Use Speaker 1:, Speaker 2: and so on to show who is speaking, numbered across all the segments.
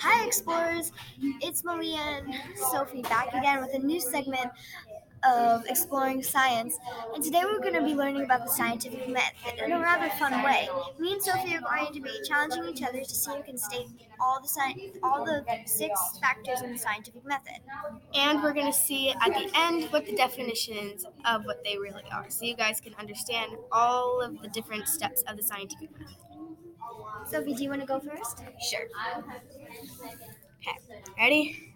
Speaker 1: Hi, explorers! It's Maria and Sophie back again with a new segment of Exploring Science. And today we're going to be learning about the scientific method in a rather fun way. Me and Sophie are going to be challenging each other to see who can state all the sci- all the six factors in the scientific method.
Speaker 2: And we're going to see at the end what the definitions of what they really are. So you guys can understand all of the different steps of the scientific method.
Speaker 1: Sophie, do you want to go first?
Speaker 2: Sure. Okay, ready?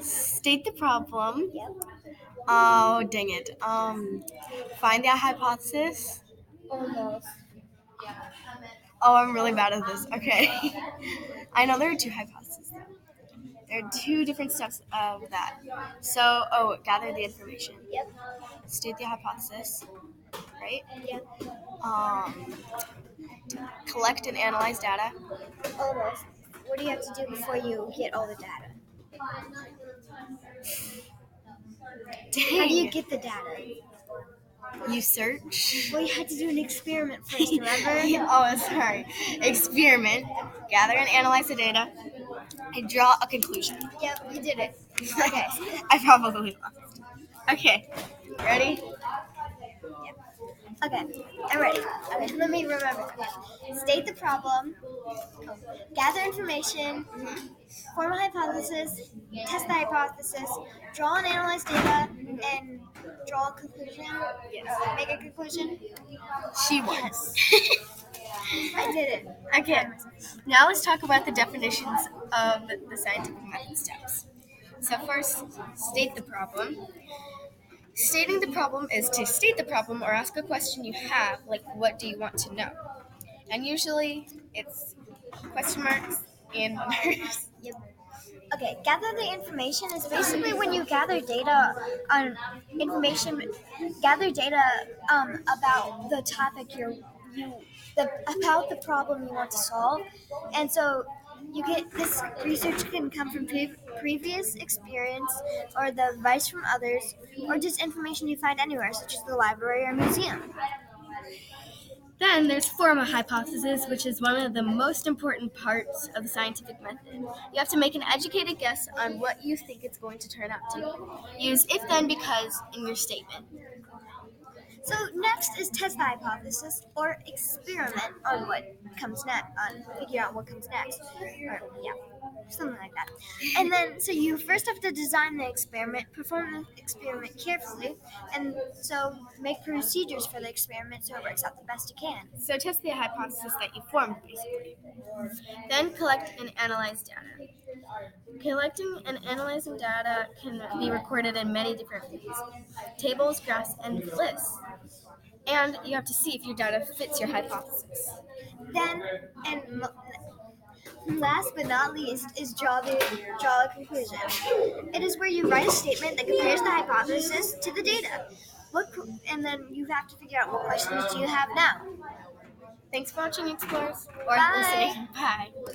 Speaker 2: State the problem.
Speaker 1: Yep.
Speaker 2: Oh, dang it. Um, find the hypothesis.
Speaker 1: Almost.
Speaker 2: Oh, I'm really bad at this. Okay. I know there are two hypotheses, though. There are two different steps of that. So, oh, gather the information.
Speaker 1: Yep.
Speaker 2: State the hypothesis, right?
Speaker 1: Yep.
Speaker 2: um, collect and analyze data.
Speaker 1: Almost. What do you have to do before you get all the data? How do you get the data?
Speaker 2: You search.
Speaker 1: Well, you had to do an experiment first, remember?
Speaker 2: oh, sorry. Experiment. Gather and analyze the data. And draw a conclusion.
Speaker 1: Yep, you did it.
Speaker 2: Okay. I probably lost. Okay. Ready?
Speaker 1: Okay, I'm ready. Okay, let me remember. State the problem, gather information, form a hypothesis, test the hypothesis, draw and analyze data, and draw a conclusion. Yes. Make a conclusion.
Speaker 2: She was.
Speaker 1: I did it.
Speaker 2: okay. Now let's talk about the definitions of the scientific method steps. So first, state the problem. Stating the problem is to state the problem or ask a question you have, like what do you want to know? And usually it's question marks and wonders.
Speaker 1: Yep. Okay, gather the information is basically when you gather data on information, gather data um, about the topic you're you the about the problem you want to solve, and so you get this research can come from pre- previous experience or the advice from others or just information you find anywhere, such as the library or museum.
Speaker 2: Then there's form a hypothesis, which is one of the most important parts of the scientific method. You have to make an educated guess on what you think it's going to turn out to. Use if then because in your statement.
Speaker 1: So next is test the hypothesis or experiment on what comes next, on figure out what comes next, or yeah, something like that. And then, so you first have to design the experiment, perform the experiment carefully, and so make procedures for the experiment so it works out the best you can.
Speaker 2: So test the hypothesis that you formed, basically. Then collect and analyze data. Collecting and analyzing data can be recorded in many different ways tables, graphs, and lists. And you have to see if your data fits your hypothesis.
Speaker 1: Then, and m- last but not least, is draw the draw a conclusion. It is where you write a statement that compares the hypothesis to the data. What, qu- and then you have to figure out what questions do you have now.
Speaker 2: Thanks for watching, Explorers, or
Speaker 1: Bye.
Speaker 2: listening. Bye.